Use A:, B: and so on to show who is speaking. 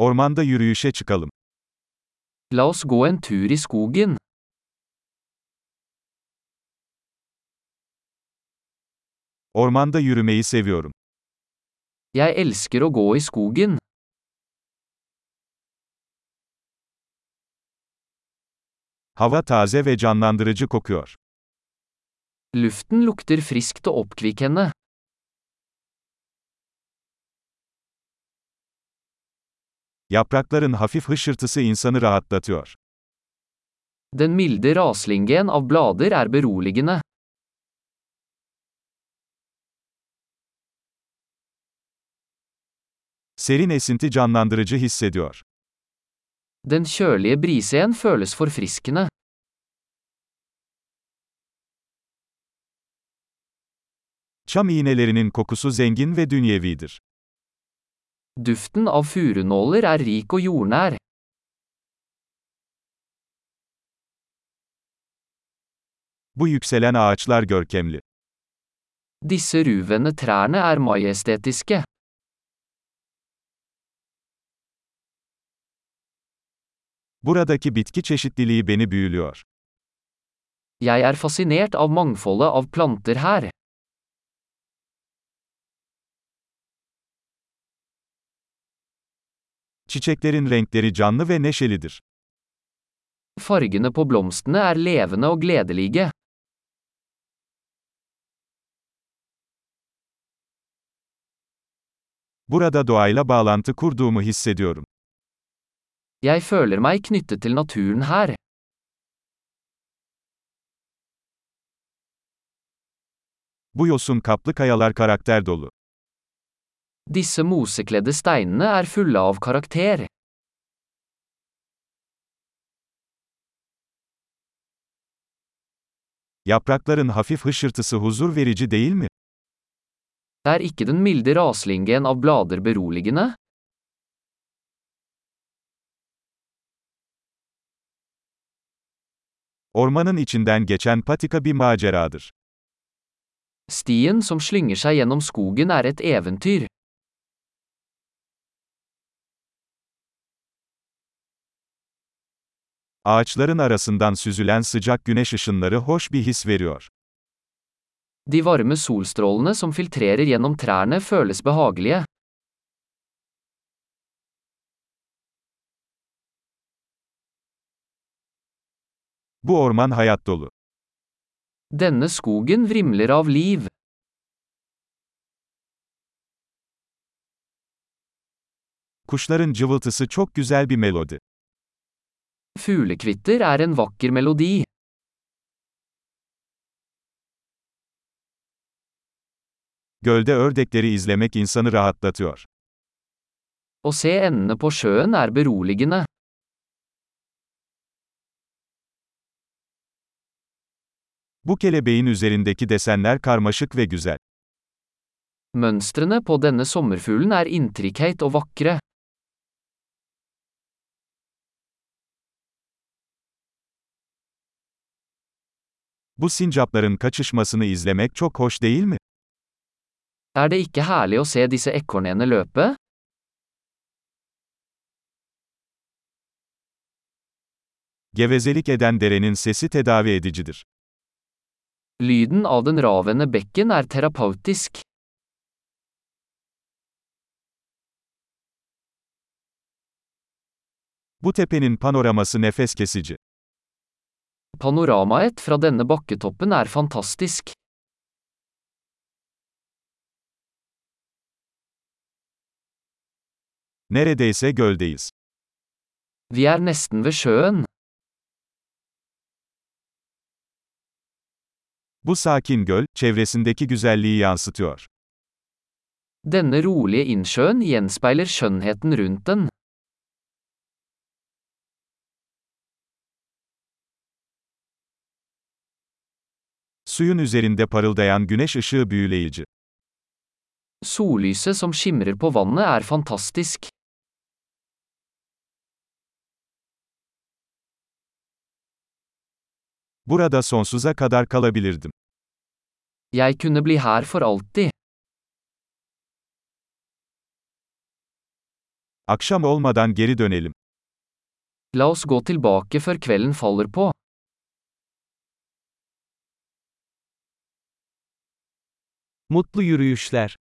A: Ormanda yürüyüşe çıkalım.
B: La oss gå en tur i skogen.
A: Ormanda yürümeyi seviyorum.
B: Jeg elsker å gå i skogen.
A: Hava taze ve canlandırıcı kokuyor.
B: Luften lukter friskt og oppkvikkende.
A: Yaprakların hafif hışırtısı insanı rahatlatıyor.
B: Den milde raslingen av blader er beroligende.
A: Serin esinti canlandırıcı hissediyor.
B: Den kjølige brisen føles forfriskende.
A: Çam iğnelerinin kokusu zengin ve dünyevidir.
B: Duften av furunåler er rik og jordnær.
A: Bu yükselen ağaçlar görkemli.
B: Disse ruvende trærne er majestetiske.
A: Buradaki bitki çeşitliliği beni büyülüyor.
B: Jeg er fascinert av mangfoldet av planter her.
A: Çiçeklerin renkleri canlı ve neşelidir.
B: Fargene på blomstene er levende og gledelige.
A: Burada doğayla bağlantı kurduğumu hissediyorum.
B: Jeg føler meg knyttet til naturen her.
A: Bu yosun kaplı kayalar karakter dolu.
B: Disse mosekledde steinene er fulle av karakter.
A: Yaprakların hafif hışırtısı huzur verici değil mi?
B: Er ikke den milde raslingen av blader beroligende?
A: Ormanın içinden geçen patika bir maceradır.
B: Stien som slynger seg gjennom skogen er et eventyr.
A: Ağaçların arasından süzülen sıcak güneş ışınları hoş bir his veriyor.
B: De varme solstrålene som filtrerer gjennom trærne føles behagelige.
A: Bu orman hayat dolu.
B: Denne skogen vrimler av liv.
A: Kuşların cıvıltısı çok güzel bir melodi.
B: Fuglekvitter er en vakker melodi.
A: Gölde ördekleri izlemek insanı rahatlatıyor.
B: Å se endene på sjøen er beroligende.
A: Bu kelebeğin üzerindeki desenler karmaşık ve güzel.
B: Mønstrene på denne sommerfuglen er intrikate og vakre.
A: Bu sincapların kaçışmasını izlemek çok hoş değil mi?
B: Er det ikke herlig å se disse ekornene løpe?
A: Gevezelik eden derenin sesi tedavi edicidir.
B: Lyden av den ravende bekken er terapeutisk.
A: Bu tepenin panoraması nefes kesici.
B: Panoramaet fra denne bakketoppen er fantastisk.
A: Neredeyse göldeyiz.
B: Vi er nesten ved sjøen.
A: Bu sakin göl, çevresindeki güzelliği yansıtıyor.
B: Denne rolige innsjøen gjenspeiler skjønnheten rundt den.
A: Suyun üzerinde parıldayan güneş ışığı büyüleyici.
B: Sollyset som skimrer på vannet er fantastisk.
A: Burada sonsuza kadar kalabilirdim.
B: Jeg kunne bli her for alltid.
A: Akşam olmadan geri dönelim.
B: La oss gå tilbake før kvelden faller på.
C: Mutlu yürüyüşler.